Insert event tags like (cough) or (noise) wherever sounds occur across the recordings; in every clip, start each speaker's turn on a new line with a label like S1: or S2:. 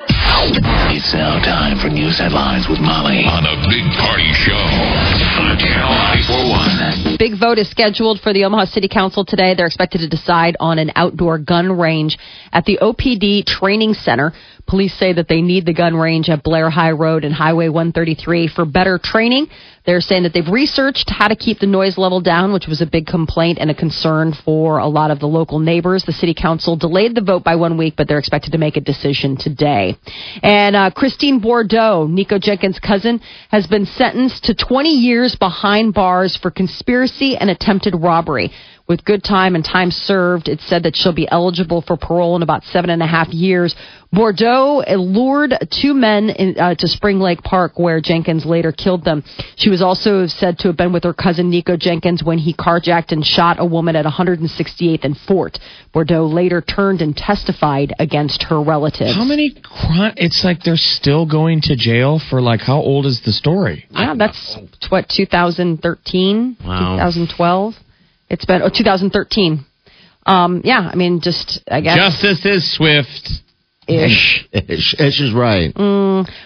S1: It's now time for news headlines with Molly on a big party show on Channel 941.
S2: Big vote is scheduled for the Omaha City Council today. They're expected to decide on an outdoor gun range at the OPD Training Center. Police say that they need the gun range at Blair High Road and Highway 133 for better training. They're saying that they've researched how to keep the noise level down, which was a big complaint and a concern for a lot of the local neighbors. The city council delayed the vote by one week, but they're expected to make a decision today. And uh, Christine Bordeaux, Nico Jenkins' cousin, has been sentenced to 20 years behind bars for conspiracy and attempted robbery. With good time and time served, it's said that she'll be eligible for parole in about seven and a half years. Bordeaux lured two men in, uh, to Spring Lake Park, where Jenkins later killed them. She was also said to have been with her cousin Nico Jenkins when he carjacked and shot a woman at 168th and Fort. Bordeaux later turned and testified against her relatives.
S3: How many? Cr- it's like they're still going to jail for like how old is the story?
S2: Yeah, that's what 2013,
S3: Wow.
S2: 2012. It's been oh, 2013. Um, yeah, I mean, just I guess.
S3: Justice is swift.
S4: Ish. Ish. Ish is right.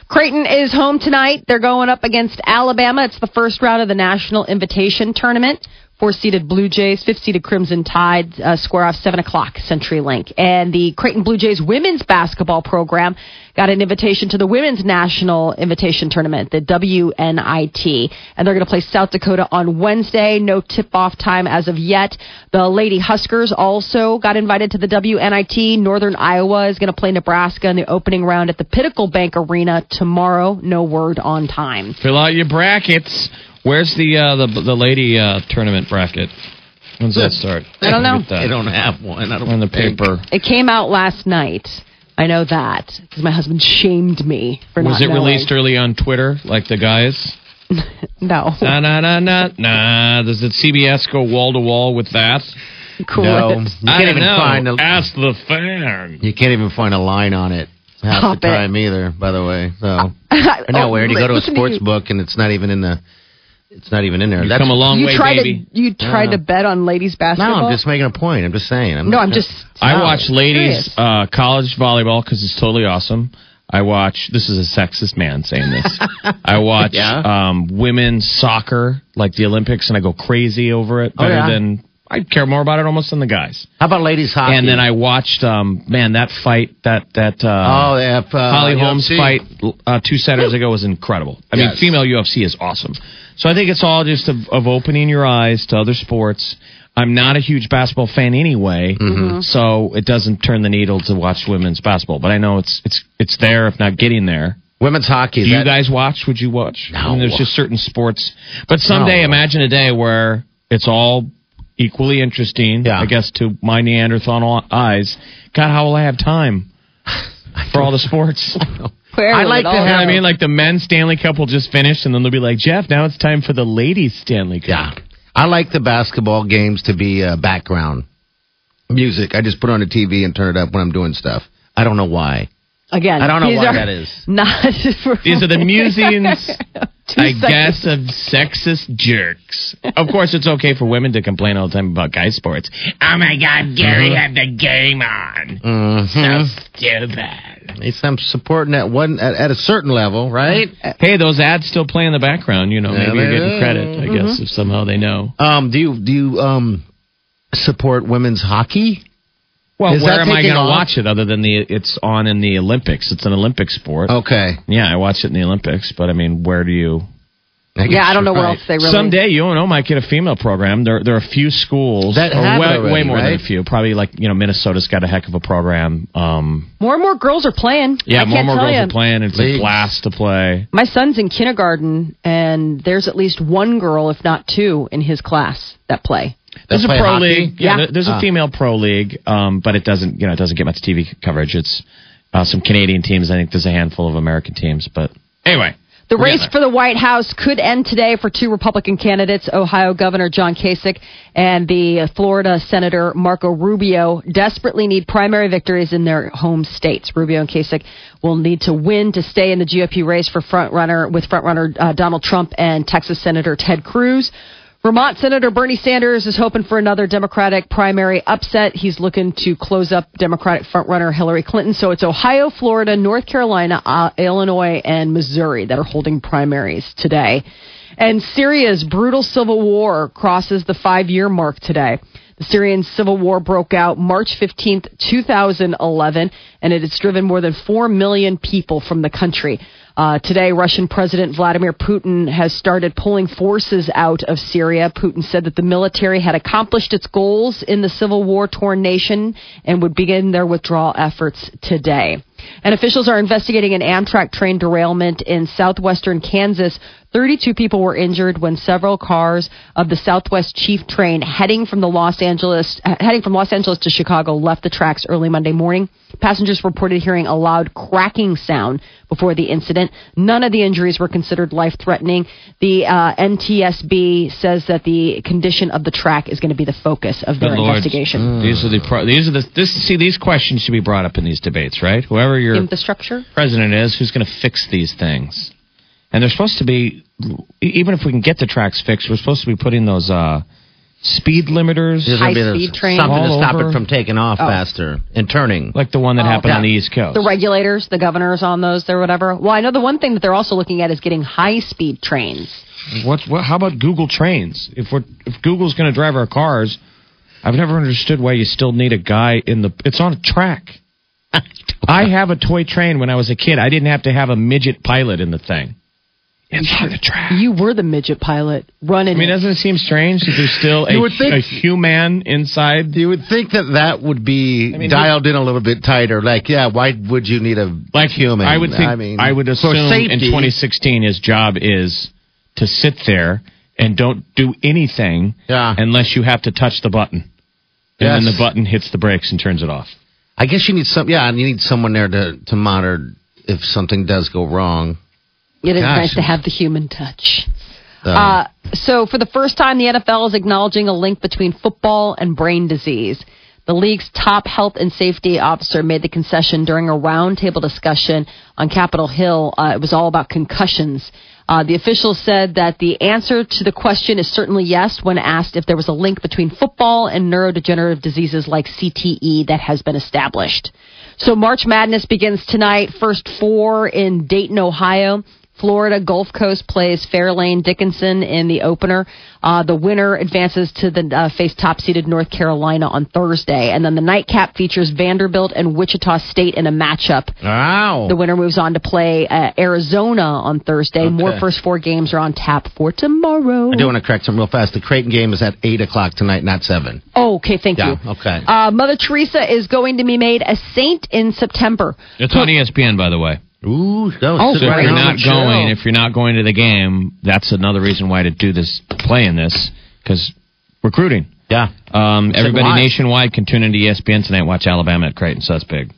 S2: Creighton is home tonight. They're going up against Alabama. It's the first round of the National Invitation Tournament. Four seeded Blue Jays, fifth seeded Crimson Tide uh, square off 7 o'clock, CenturyLink. And the Creighton Blue Jays women's basketball program got an invitation to the Women's National Invitation Tournament, the WNIT. And they're going to play South Dakota on Wednesday. No tip off time as of yet. The Lady Huskers also got invited to the WNIT. Northern Iowa is going to play Nebraska in the opening round at the Pinnacle Bank Arena tomorrow. No word on time.
S3: Fill out your brackets. Where's the uh, the the lady uh, tournament bracket? When's that start?
S2: I don't know.
S3: Get that.
S4: They don't have one. I don't
S3: on the
S4: think.
S3: paper.
S2: It came out last night. I know that because my husband shamed me for
S3: Was
S2: not
S3: it
S2: knowing.
S3: released early on Twitter, like the guys?
S4: (laughs)
S2: No,
S3: Na na na na na. Does the CBS go wall to wall with that?
S2: (laughs) cool. (laughs)
S4: No, (laughs)
S3: I
S4: you can't
S3: don't
S4: even
S3: know.
S4: find a
S3: Ask the fan.
S4: you can't even find a line on it half
S2: Stop
S4: the
S2: it.
S4: time either. By the way, so
S3: Uh,
S2: I
S4: I
S3: oh,
S4: know where you go to a
S2: listen
S4: sports
S2: you.
S4: book and it's not even in the it's not even in there.
S3: You
S4: That's
S3: come a long
S2: You
S3: way,
S2: tried
S3: baby.
S2: to you tried to bet on ladies
S4: no.
S2: basketball.
S4: I'm just making a point. I'm just saying. I'm
S2: no,
S4: not-
S2: I'm just.
S3: I watch ladies
S2: Serious.
S3: uh, college volleyball because it's totally awesome. I watch. This is a sexist man saying
S4: (laughs)
S3: this. I watch
S4: Yeah.
S3: um, women's soccer, like the Olympics, and I go crazy over it. Better
S4: Oh, yeah.
S3: than I care more about it almost than the guys.
S4: How about ladies hockey?
S3: And then I watched, um, man, that fight that that uh,
S4: oh, they have, uh,
S3: Holly Holmes
S4: UFC.
S3: fight uh, two Saturdays ago was incredible. I mean,
S4: Yes.
S3: female UFC is awesome. So I think it's all just of, of opening your eyes to other sports. I'm not a huge basketball fan anyway,
S4: Mm-hmm.
S3: so it doesn't turn the needle to watch women's basketball. But I know it's it's it's there, if not getting there.
S4: Women's hockey.
S3: Do you
S4: that-
S3: guys watch? Would you watch? I mean,
S4: No.
S3: there's just certain sports. But someday,
S4: No.
S3: imagine a day where it's all equally interesting.
S4: Yeah.
S3: I guess to my Neanderthal eyes. God, how will I have
S4: (laughs)
S3: time for all the sports?
S2: Clearly
S4: I like
S2: it all
S4: to
S3: You know
S4: have-
S3: what I mean, like the men's Stanley Cup will just finish, and then they'll be like, Jeff, now it's time for the ladies Stanley Cup.
S4: Yeah. I like the basketball games to be uh, background music. I just put on the TV and turn it up when I'm doing stuff. I don't know why.
S2: again.
S4: I don't know
S2: these
S4: why
S2: are
S4: that is.
S2: (laughs) Not
S3: These
S4: (laughs)
S3: are the musings,
S2: Two
S3: I
S2: seconds.
S3: guess, of sexist jerks. Of course, it's okay for women to complain all the time about guy sports. Oh my God, Gary had the game on. So stupid.
S4: Mm-hmm. It's I'm supporting that one at, at a certain level, right?
S3: Hey, those ads still play in the background. You know,
S4: Yeah,
S3: maybe you're
S4: they
S3: getting
S4: do. Mm-hmm.
S3: credit. I guess if somehow they know.
S4: Um, do you do you um support women's hockey?
S3: Well,
S4: Is
S3: where
S4: that
S3: am I
S4: taking
S3: going to
S4: off?
S3: watch it other than the? It's on in the Olympics. It's an Olympic sport.
S4: Okay.
S3: Yeah, I watch it in the Olympics, but I mean, where do you?
S4: guess
S2: Yeah, I don't know
S4: you're
S2: what
S4: right.
S2: else they really.
S3: Someday you and O might get a female program. There, there are a few schools
S4: That
S3: or
S4: have
S3: way,
S4: it already,
S3: way more than
S4: right?
S3: a few. Probably like you know, Minnesota's got a heck of a program. Um,
S2: More and more girls are playing.
S3: yeah,
S2: I can't
S3: more and more
S2: tell
S3: girls
S2: you.
S3: are playing. It's
S4: Leagues.
S3: a blast to play.
S2: My son's in kindergarten, and there's at least one girl, if not two, in his class that play.
S3: There's a
S4: play
S3: pro
S4: hockey?
S3: league. Yeah,
S2: Yeah. Ah.
S3: there- there's a female pro league, um, but it doesn't you know it doesn't get much TV coverage. It's uh, some Canadian teams. I think there's a handful of American teams, but anyway.
S2: The
S3: we're
S2: race
S3: getting
S2: for the White House could end today for two Republican candidates, Ohio Governor John Kasich and the Florida Senator Marco Rubio, desperately need primary victories in their home states. Rubio and Kasich will need to win to stay in the GOP race for front runner with front runner uh, Donald Trump and Texas Senator Ted Cruz. Vermont Senator Bernie Sanders is hoping for another Democratic primary upset. He's looking to close up Democratic frontrunner Hillary Clinton. So it's Ohio, Florida, North Carolina, uh, Illinois, and Missouri that are holding primaries today. And Syria's brutal civil war crosses the five year mark today. The Syrian civil war broke out March 15, 2011, and it has driven more than 4 million people from the country. Uh, today, Russian President Vladimir Putin has started pulling forces out of Syria. Putin said that the military had accomplished its goals in the civil war torn nation and would begin their withdrawal efforts today. And officials are investigating an Amtrak train derailment in southwestern Kansas. 32 people were injured when several cars of the Southwest Chief train heading from the Los Angeles uh, heading from Los Angeles to Chicago left the tracks early Monday morning. Passengers reported hearing a loud cracking sound before the incident. None of the injuries were considered life-threatening. The uh, NTSB says that the condition of the track is going to be the focus of their
S3: Good Lord. Mm.
S2: investigation.
S3: These are the pro- these are the this see these questions should be brought up in these debates, right? Whoever your
S2: Infrastructure.
S3: president is, who's going to fix these things? And they're supposed to be e-, even if we can get the tracks fixed, we're supposed to be putting those uh, speed limiters,
S4: There's gonna be
S2: High-speed
S4: this-
S2: train. Oh.
S4: Something
S3: All
S4: to stop
S3: over.
S4: it from taking off faster and turning.
S3: like the one that happened
S4: Oh, yeah.
S3: on the East Coast.
S2: the regulators, the governors on those or whatever. Well, I know the one thing that they're also looking at is getting high speed trains.
S3: What, what? How about Google trains? If we're if Google's going to drive our cars, I've never understood why you still need a guy in the. It's on a track.
S4: (laughs)
S3: I have a toy train. When I was a kid, I didn't have to have a midget pilot in the thing. It's on the track.
S2: You were the midget pilot running.
S3: I mean, doesn't it seem strange that there's still a,
S4: You would think-
S3: a human inside?
S4: You would think that that would be dialed in a little bit tighter. Like, yeah, why would you need a
S3: like
S4: human?
S3: I would think. I, would
S4: for
S3: assume in
S4: safety-
S3: 2016 his job is to sit there and don't do anything
S4: Yeah.
S3: unless you have to touch the button, and then
S4: Yes.
S3: the button hits the brakes and turns it off.
S4: I guess you need some. Yeah, and you need someone there to to monitor if something does go wrong.
S2: it is
S4: gosh.
S2: nice to have the human touch.
S4: So,
S2: Uh, so, for the first time, the NFL is acknowledging a link between football and brain disease. The league's top health and safety officer made the concession during a roundtable discussion on Capitol Hill. Uh, it was all about concussions. Uh, the official said that the answer to the question is certainly yes when asked if there was a link between football and neurodegenerative diseases like CTE that has been established. So March Madness begins tonight. First four in Dayton, Ohio. Florida Gulf Coast plays Fairlane Dickinson in the opener. Uh, the winner advances to the uh, face top-seeded North Carolina on Thursday, and then the nightcap features Vanderbilt and Wichita State in a matchup.
S4: wow.
S2: The winner moves on to play uh, Arizona on Thursday. More first four games are on tap for tomorrow.
S4: I do want to correct something real fast. The Creighton game is at eight o'clock tonight, not seven.
S2: Oh, okay, thank
S4: Yeah,
S2: you.
S4: okay.
S2: Uh, Mother Teresa is going to be made a saint in September.
S3: It's on E ESPN, by the way.
S4: Ooh, that was
S2: Oh,
S4: sit
S3: So if
S4: right
S3: you're
S4: on
S3: not
S4: the
S3: going,
S4: show.
S3: if you're not going to the game, that's another reason why to do this, to play in this, because recruiting.
S4: yeah,
S3: Um, everybody
S4: live.
S3: nationwide can tune into E ESPN tonight. Watch Alabama at Creighton. So that's big.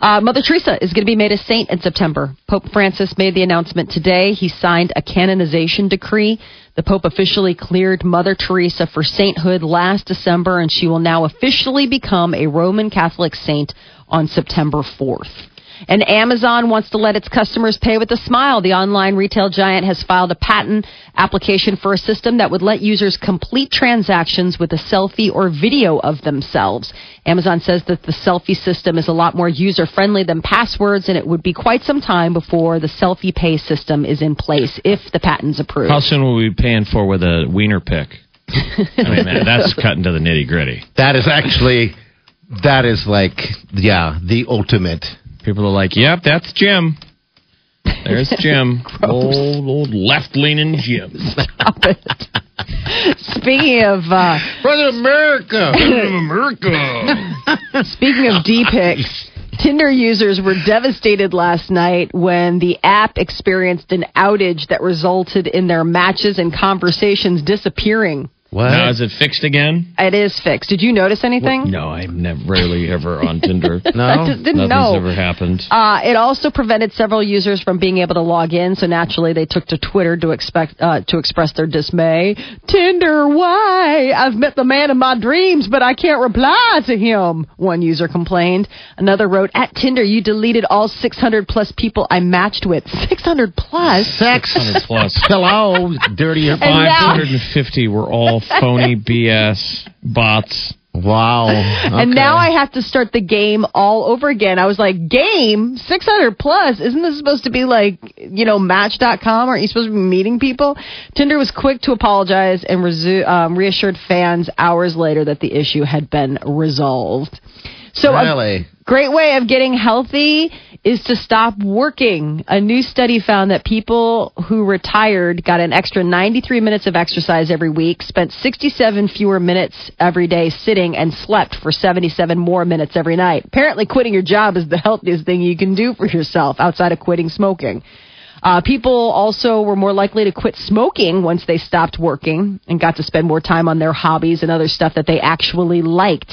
S2: Uh, Mother Teresa is going to be made a saint in September. Pope Francis made the announcement today. He signed a canonization decree. The Pope officially cleared Mother Teresa for sainthood last December, and she will now officially become a Roman Catholic saint on September 4th. And Amazon wants to let its customers pay with a smile. The online retail giant has filed a patent application for a system that would let users complete transactions with a selfie or video of themselves. Amazon says that the selfie system is a lot more user friendly than passwords, and it would be quite some time before the selfie pay system is in place if the patent's approved.
S3: How soon will we be paying for with a wiener pick? I mean, that, (laughs) that's cutting to the nitty gritty.
S4: that is actually that is like yeah the ultimate.
S3: People are like, "Yep, that's Jim. (laughs) There's Jim, old old left leaning (laughs) Jim."
S2: Speaking of uh,
S4: Brother America.
S3: America. (laughs)
S2: Speaking of D pics, Tinder users were devastated last night when the app experienced an outage that resulted in their matches and conversations disappearing.
S4: What?
S3: Now is it fixed again?
S2: It is fixed. Did you notice anything?
S3: No, I'm never rarely ever on (laughs) Tinder.
S2: I just
S4: no.
S2: didn't
S3: Nothing's
S2: know.
S3: ever happened.
S2: Uh, it also prevented several users from being able to log in, so naturally they took to Twitter to expect uh, to express their dismay. Tinder, why? I've met the man of my dreams, but I can't reply to him. One user complained. Another wrote, "At Tinder, you deleted all 600 plus people I matched with. 600 plus."
S4: Sex.
S3: 100 (laughs) plus.
S4: (laughs) Hello, dirty.
S2: now-
S3: 550 were all (laughs) phony BS bots.
S4: Wow.
S2: And
S4: Okay.
S2: now I have to start the game all over again. I was like, game? 600 plus? Isn't this supposed to be like, you know, match.com? Aren't you supposed to be meeting people? Tinder was quick to apologize and resu- um, reassured fans hours later that the issue had been resolved. So, a
S4: Really?
S2: great way of getting healthy is to stop working. A new study found that people who retired got an extra 93 minutes of exercise every week, spent 67 fewer minutes every day sitting, and slept for 77 more minutes every night. Apparently, quitting your job is the healthiest thing you can do for yourself outside of quitting smoking. Uh, people also were more likely to quit smoking once they stopped working and got to spend more time on their hobbies and other stuff that they actually liked.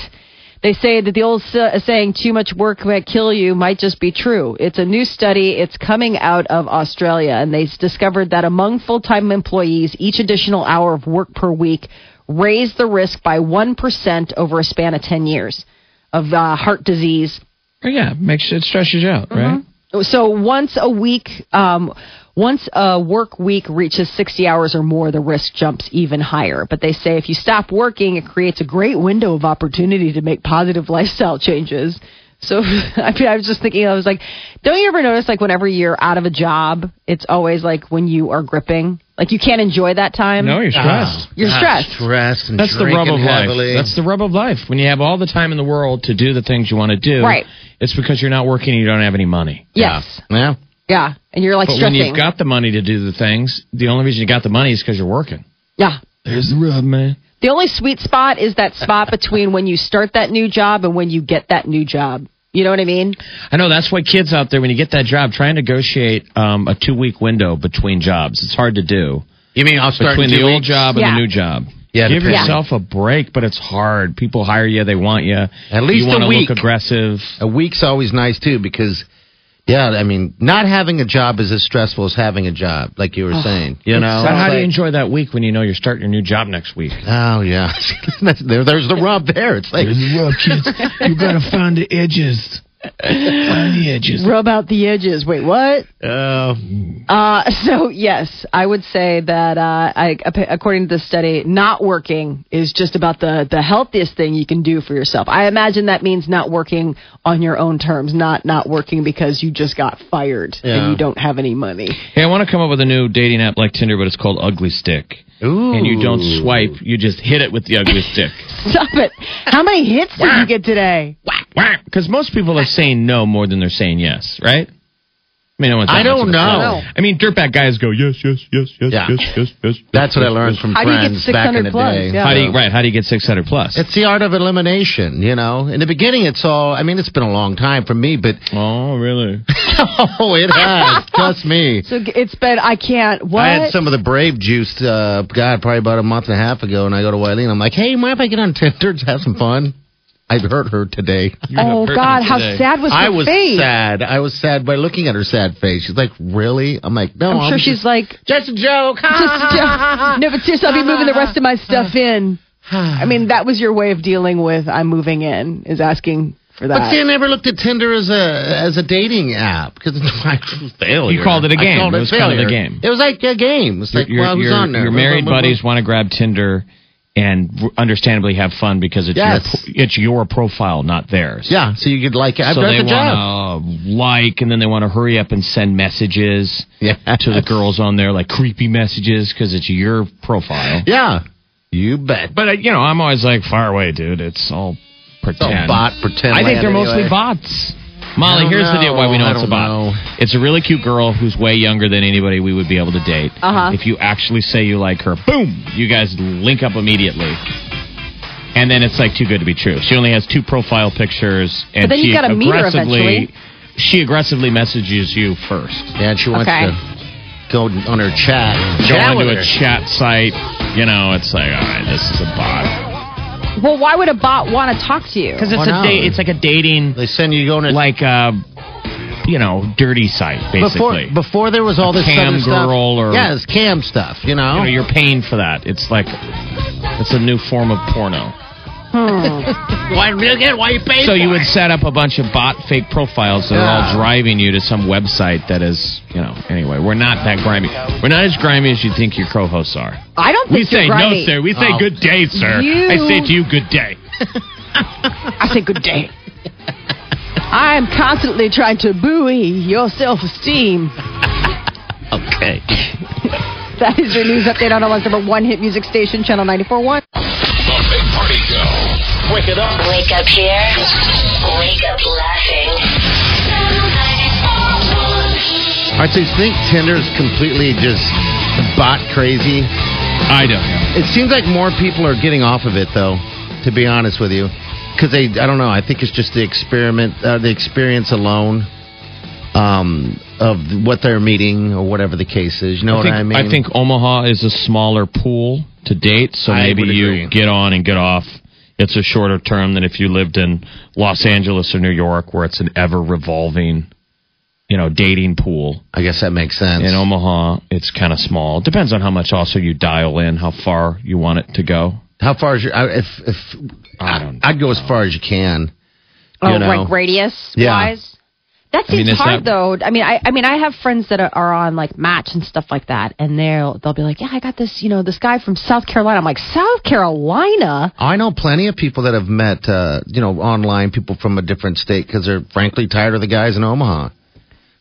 S2: They say that the old sa- uh, saying, too much work might kill you, might just be true. It's a new study. It's coming out of Australia, and they s- discovered that among full time employees, each additional hour of work per week raised the risk by 1% over a span of 10 years of uh, heart disease.
S3: Oh, yeah, makes it stretches out, right?
S2: So once a week, um, once a work week reaches 60 hours or more, the risk jumps even higher. But they say if you stop working, it creates a great window of opportunity to make positive (laughs) lifestyle changes. So (laughs) I mean, I was just thinking, I was like, don't you ever notice like whenever you're out of a job, it's always like when you are gripping, like you can't enjoy that time.
S3: No, you're stressed.
S2: You're
S4: God,
S2: stressed.
S4: Ah. Stressed and
S3: That's the rub
S4: drinking
S3: of life.
S4: heavily.
S3: That's the rub of life. When you have all the time in the world to do the things you want to do,
S2: Right.
S3: it's because you're not working and you don't have any money.
S2: Yes.
S4: yeah.
S2: Yeah. And you're like
S3: But when
S2: stressing.
S3: you've got the money to do the things, the only reason you got the money is because you're working.
S2: yeah.
S3: There's the rub, man.
S2: The only sweet spot is that spot between when you start that new job and when you get that new job. You know what I mean?
S3: I know that's why kids out there, when you get that job, try and negotiate um, a two week window between jobs. It's hard to do
S4: You mean I'll start
S3: between
S4: in
S3: the
S4: two
S3: old
S4: weeks?
S3: job and
S2: Yeah.
S3: the new job.
S4: Yeah,
S3: give
S4: depends.
S3: yourself a break, but it's hard. People hire you, they want you.
S4: At
S3: you
S4: least a
S3: want to
S4: week.
S3: look aggressive.
S4: A week's always nice too because, yeah, I mean, not having a job is as stressful as having a job, like you were saying. You know,
S3: But how do
S4: It's
S3: you
S4: like-
S3: enjoy that week when you know you're starting your new job next week?
S4: Oh yeah, (laughs) That's- there, there's the rub there. It's like
S3: you gotta find the edges. Find the edges.
S2: Rub out the edges. Wait, what?
S4: uh,
S2: Uh, (laughs) so yes, I would say that uh, I, ap- according to the study, not working is just about the the healthiest thing you can do for yourself. I imagine that means not working on your own terms, not not working because you just got fired
S4: Yeah.
S2: and you don't have any money. (laughs)
S3: Hey, I want to come up with a new dating app like Tinder, but it's called Ugly Stick.
S4: Ooh.
S3: And you don't swipe; you just hit it with the
S4: (laughs)
S3: ugly stick.
S2: Stop it! How many hits did you get today?
S3: Because most people are saying no more than they're saying yes, right? I mean, no one's
S4: I
S3: that much
S4: don't
S3: of a
S4: know.
S3: slob. I mean, dirtbag guys go yes, yes, yes, yes,
S4: Yeah.
S3: yes, yes, yes. yes,
S4: That's what
S3: yes,
S4: I learned
S3: yes.
S4: from
S2: How do you get
S4: friends back in the
S2: 600 plugs?
S4: day.
S2: Yeah.
S3: How do you right? How do you get six hundred plus?
S4: It's the art of elimination, you know. In the beginning, it's all. I mean, it's been a long time for me, but (laughs)
S3: oh, really?
S4: oh, it has. Trust me.
S2: So g- it's been I can't. What?
S4: I had some of the Brave juice, uh, God, probably about a month and a half ago, and I go to Wileen. I'm like, hey, mind if I get on Tinder and have some fun? I hurt her today.
S2: oh God, how sad was her
S4: I was
S2: face?
S4: sad. I was sad by looking at her sad face. She's like, really? Oh, I'm like, no.
S2: I'm sure
S4: just-
S2: she's like,
S4: just a
S2: (laughs)
S4: joke.
S2: just,
S4: (laughs)
S2: no, but seriously, I'll be moving the rest of my stuff in. I mean, that was your way of dealing with I'm moving in is asking for that.
S4: But see, I never looked at Tinder as a as a dating app because it's (laughs) like failure.
S3: You called it a
S4: I
S3: game.
S4: called
S3: It was kind of a
S4: failure.
S3: game.
S4: It was like a game. It's like,
S3: your,
S4: well, who's
S3: your-
S4: on there?
S3: your
S4: Blah,
S3: married
S4: blah, blah,
S3: buddies
S4: blah.
S3: want to grab Tinder and r- understandably have fun because it's
S4: Yes.
S3: your pro- it's your profile, not theirs.
S4: Yeah, so you could like. I've
S3: So
S4: done
S3: they
S4: the job.
S3: want to like, and then they want to hurry up and send messages
S4: (laughs) Yeah.
S3: to the girls on there, like creepy messages, because it's your profile.
S4: Yeah, you bet.
S3: But uh, you know, I'm always like, far away, dude. It's all
S4: It's all
S3: pretend.
S4: bot pretend.
S3: I think they're
S4: land
S3: mostly
S4: anyway.
S3: bots.
S4: I
S3: Molly,
S4: don't
S3: here's the deal why we know
S4: know. I
S3: it's a
S4: don't
S3: bot.
S4: know.
S3: It's a really cute girl who's way younger than anybody we would be able to date.
S2: Uh-huh.
S3: If you actually say you like her, boom, you guys link up immediately. And then it's like too good to be true. She only has two profile pictures, and
S2: But then you
S3: she
S2: gotta meet her
S3: aggressively
S2: eventually.
S3: she aggressively messages you first.
S4: Yeah, and she wants
S2: Okay.
S4: to go on her chat.
S3: Go
S4: Chat
S3: into
S4: with
S3: a
S4: her.
S3: chat site. You know, it's like, all right, this is a bot.
S2: Well, why would a bot want to talk to you?
S3: Because it's
S4: Why
S3: a
S4: not?
S3: date. It's like a dating,
S4: They send you going to
S3: like uh, you know, dirty site
S4: before
S3: basically.
S4: before there was all this
S3: cam
S4: other stuff.
S3: girl or-
S4: yeah, it's cam stuff. You know,
S3: you know, you're paying for that. It's like it's a new form of porno.
S2: hmm.
S4: why again? Why you paying?
S3: So
S4: for
S3: you would
S4: it?
S3: set up a bunch of bot fake profiles that are all
S4: Yeah.
S3: driving you to some website that is, you know. Anyway, we're not that grimy. We're not as grimy as you think your co-hosts are.
S2: I don't think
S3: We
S2: you're
S3: say
S2: grimy.
S3: no, sir. We say
S4: Oh.
S3: good day, sir.
S2: You-
S3: I say to you, good day.
S2: I say good day. I am constantly trying to buoy your self-esteem.
S4: okay.
S2: That is your news update on Omaha's number one hit music station, Channel 94.1.
S1: The Big Party Show. Wake it up.
S5: Wake up here. Wake up laughing.
S4: All right, so you think Tinder's completely just bot crazy?
S3: I don't know.
S4: It seems like more people are getting off of it, though. To be honest with you, because they, I don't know. I think it's just the experiment, uh, the experience alone. Um, of what they're meeting or whatever the case is, you know
S3: I think,
S4: what I mean?
S3: think Omaha is a smaller pool to date, so
S4: I
S3: maybe
S4: would
S3: you
S4: agree.
S3: get on and get off. It's a shorter term than if you lived in Los Angeles or New York, where it's an ever revolving, you know, dating pool.
S4: I guess that makes sense.
S3: In Omaha, it's kind of small. Depends on how much also you dial in, how far you want it to go.
S4: How far is your? I- If if
S3: I
S4: I
S3: don't
S4: I'd go as far as you can.
S2: Oh,
S4: you know?
S2: like radius
S4: Yeah.
S2: wise. That
S3: mean,
S2: seems
S3: is
S2: hard
S3: that-
S2: though. I mean, I, I mean, I have friends that are on like Match and stuff like that, and they'll they'll be like, yeah, I got this, you know, this guy from South Carolina. I'm like, South Carolina?
S4: I know plenty of people that have met, uh, you know, online people from a different state because they're frankly tired of the guys in Omaha.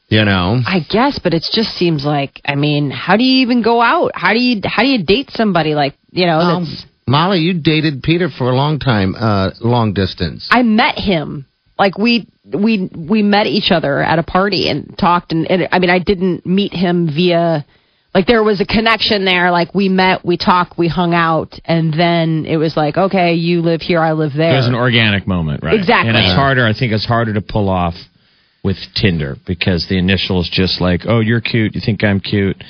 S4: You know,
S2: I guess, but it just seems like, I mean, how do you even go out? How do you how do you date somebody like you know?
S4: Um,
S3: Um,
S2: That's,
S4: Molly, you dated Peter for a long time, uh, long distance.
S2: I met him. Like we we we met each other at a party and talked and, and I mean I didn't meet him via like there was a connection there like we met we talked we hung out and then it was like okay you live here I live there.
S3: It was an organic moment, right?
S2: Uh, Exactly.
S3: And it's harder. I think it's harder to pull off with Tinder because the initial is just like, oh, you're cute. You think I'm cute,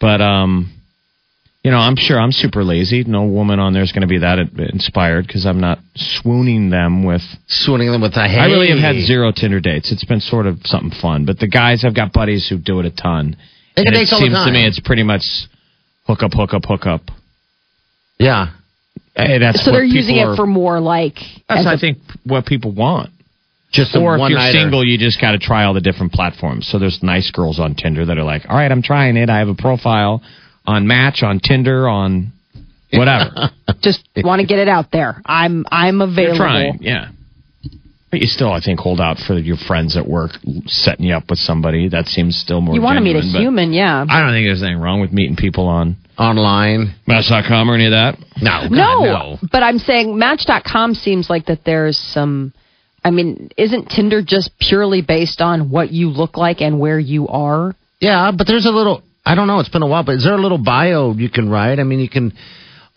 S3: but um, you know, I'm sure I'm super lazy. No woman on there is going to be that inspired because I'm not swooning them with.
S4: Swooning them with a hey.
S3: I really have had zero Tinder dates. It's been sort of something fun, but the guys I've got buddies who do it a ton.
S4: They get
S3: and it
S4: dates all the
S3: seems to
S4: time.
S3: me it's pretty much hook up, hook up, hook up.
S4: Yeah.
S3: Hey, that's
S2: so
S3: what
S2: they're
S3: people
S2: using
S3: are-
S2: it for more like
S3: That's
S2: as
S3: I
S2: a-
S3: think what people want.
S4: Just a
S3: or if
S4: one
S3: you're
S4: nighter.
S3: single, you just got to try all the different platforms. So there's nice girls on Tinder that are like, all right, I'm trying it. I have a profile on Match, on Tinder, on
S2: (laughs)
S3: whatever.
S2: just want to get it out there. I'm I'm
S3: you're
S2: available.
S3: trying, yeah. But you still, I think, hold out for your friends at work setting you up with somebody. That seems still more.
S2: You want to meet a
S3: genuine, but
S2: human, yeah.
S3: I don't think there's anything wrong with meeting people on
S4: online.
S3: Match.com or any of that.
S4: No, God,
S2: No,
S4: no.
S2: but I'm saying Match.com seems like that there's some. I mean, isn't Tinder just purely based on what you look like and where you are?
S4: Yeah, but there's a little. I don't know. It's been a while, but is there a little bio you can write? I mean, you can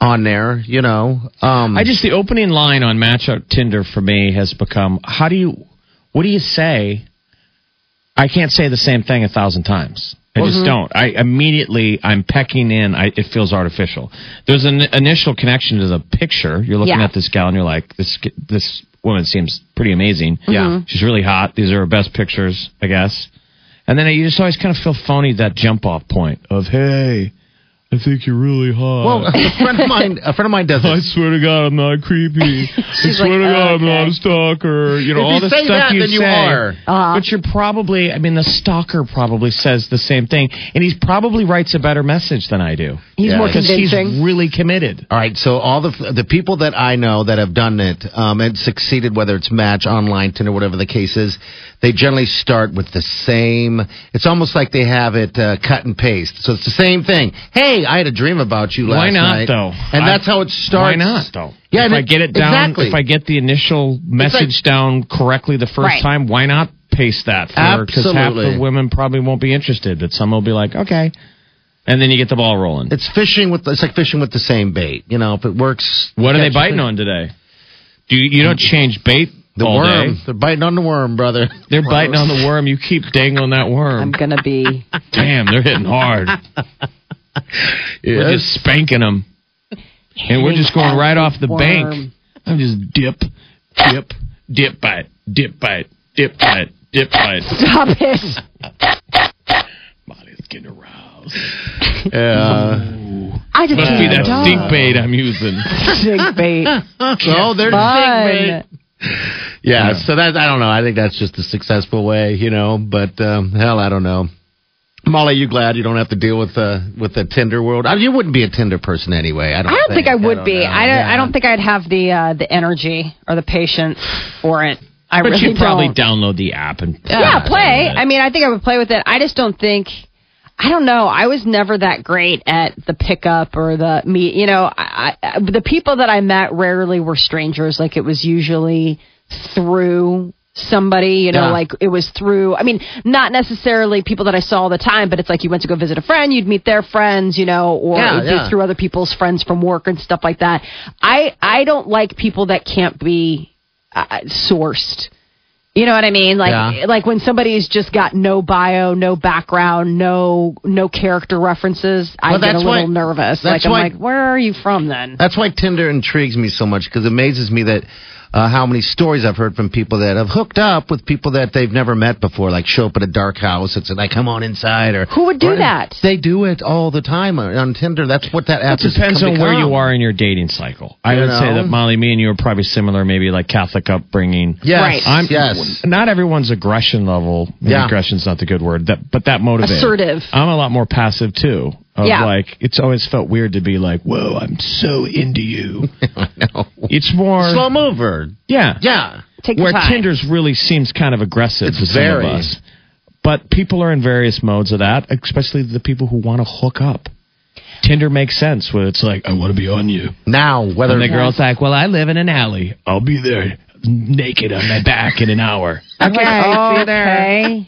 S4: on there. You know. Um,
S3: I just the opening line on matchup Tinder for me has become how do you what do you say? I can't say the same thing a thousand times. I
S4: Mm-hmm.
S3: just don't. I immediately I'm pecking in. I, it feels artificial. There's an initial connection to the picture. You're looking
S2: Yeah.
S3: at this gal and you're like, this this woman seems pretty amazing.
S4: Mm-hmm. Yeah.
S3: she's really hot. These are her best pictures, I guess. And then you just always kind of feel phony that jump off point of hey, I think you're really hot.
S4: Well, a friend of mine. A friend of mine
S3: (laughs)
S4: does
S3: I
S4: this.
S3: swear to God, I'm not (laughs) creepy. I
S2: She's
S3: swear
S2: like,
S3: to God,
S2: "Oh,
S3: I'm not a stalker. You know,
S4: If
S3: all
S4: you
S3: the
S4: say
S3: stuff
S4: that,
S3: you
S4: then you
S3: say.
S4: are.
S3: But you're probably, I mean, the stalker probably says the same thing, and he probably writes a better message than I do.
S2: He's
S4: Yeah,
S2: more
S4: it's-
S3: Because he's
S2: convincing.
S3: really committed.
S4: All right, so all the the people that I know that have done it um, and succeeded, whether it's Match, Online, Tinder, whatever the case is, they generally start with the same. It's almost like they have it uh, cut and paste, so it's the same thing. Hey, I had a dream about you last
S3: Why not,
S4: night.
S3: though?
S4: And
S3: I-
S4: that's how it
S3: Why
S4: starts.
S3: not, though?
S4: Yeah,
S3: if
S4: and
S3: I get it down,
S4: exactly.
S3: if I get the initial message down correctly the first
S2: Right.
S3: time, why not paste that? Because half
S4: Absolutely.
S3: the women probably won't be interested, but some will be like, okay. And then you get the ball rolling.
S4: it's fishing with it's like fishing with the same bait. You know, if it works,
S3: What are they
S4: catch your
S3: biting
S4: fish.
S3: on today? Do you, you don't change bait
S4: The
S3: All
S4: worm.
S3: day?
S4: They're biting on the worm, brother.
S3: They're biting on the worm. You keep dangling that
S2: I'm
S3: worm.
S2: gonna be.
S3: Damn, they're hitting hard. We're just spanking them, and we're just going right off the bank. I'm just dip, dip, dip bite, dip bite, dip bite, dip
S2: (laughs)
S3: bite.
S2: Stop it.
S3: Body's getting aroused.
S4: (laughs) Yeah.
S2: I just
S3: Must
S2: can't
S3: be that
S2: stop.
S3: stink bait I'm using.
S2: Stink bait.
S4: (laughs) So they're
S2: Fun.
S4: Yeah, so that I don't know. I think that's just a successful way, you know. But um, hell, I don't know. Molly, you glad you don't have to deal with the with the Tinder world? I mean, you wouldn't be a Tinder person anyway. I don't.
S2: I don't think I would
S4: don't
S2: be.
S4: know.
S2: I don't.
S4: Yeah.
S2: I don't think I'd have the uh, the energy or the patience for it. I
S3: But
S2: really
S3: you probably
S2: don't.
S3: download the app and
S2: yeah, play. I mean, I think I would play with it. I just don't think. I don't know. I was never that great at the pickup or the meet. You know, I, I, the people that I met rarely were strangers. Like it was usually through somebody. You know,
S4: Yeah.
S2: like it was through. I mean, not necessarily people that I saw all the time, but it's like you went to go visit a friend, you'd meet their friends. You know, or
S4: Yeah,
S2: it'd
S4: yeah.
S2: be through other people's friends from work and stuff like that. I I don't like people that can't be uh, sourced. You know what I mean? Like
S4: Yeah.
S2: like when somebody's just got no bio, no background, no no character references, I
S4: Well,
S2: get a
S4: that's
S2: little
S4: why-
S2: nervous. Like
S4: that's
S2: I'm
S4: why- Uh,
S2: like, where are you from then?
S4: That's why Tinder intrigues me so much because it amazes me that uh, how many stories I've heard from people that have hooked up with people that they've never met before, like show up at a dark house and say, "Like, come on inside," or
S2: Who would do
S4: or-
S2: that?
S4: They do it all the time on, on Tinder. That's what that app
S3: It
S4: has
S3: depends on where
S4: become.
S3: you are in your dating cycle. I
S4: You
S3: would say
S4: know?
S3: that Molly, me and you are probably similar, maybe like Catholic upbringing.
S4: Yes,
S2: Right.
S3: I'm,
S4: yes.
S3: Not everyone's aggression level.
S4: Yeah.
S3: Yeah. Aggression's not the good word, that, but that motivates.
S2: Assertive.
S4: uh,
S3: I'm a lot more passive too. Of
S2: Yeah.
S3: like, it's always felt weird to be like, whoa, I'm so into you.
S4: (laughs) I know.
S3: It's more,
S4: Slow mover.
S3: yeah,
S4: Yeah.
S2: Take your
S3: Where
S2: time.
S3: Tinder's really seems kind of aggressive
S4: It's
S3: to some
S4: very.
S3: of us. But people are in various modes of that, especially the people who want to hook up. Tinder makes sense where it's like, I want to be on you.
S4: Now, whether
S3: And the girl's like, Well, I live in an alley. I'll be there naked on my back in an hour.
S2: Okay, okay.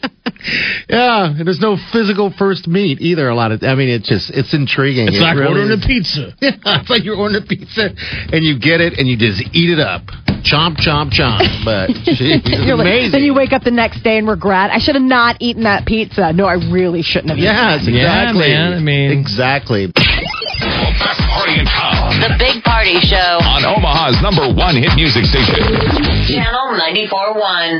S4: Yeah, and there's no physical first meet either. A lot of, I mean, it's just it's intriguing.
S3: It's
S4: It
S3: like
S4: really
S3: ordering
S4: is.
S3: a pizza.
S4: Yeah, (laughs) it's like you're ordering a pizza and you get it and you just eat it up, chomp, chomp, chomp. But (laughs) geez, it's
S2: You're like-
S4: amazing.
S2: then you wake up the next day and regret. I should have not eaten that pizza. No, I really shouldn't have. eaten
S4: Yes, exactly.
S3: Yeah, man, I mean-
S4: exactly.
S1: Best party in town
S5: The Big Party Show.
S1: on Omaha's number one hit music station.
S5: Channel 94.1.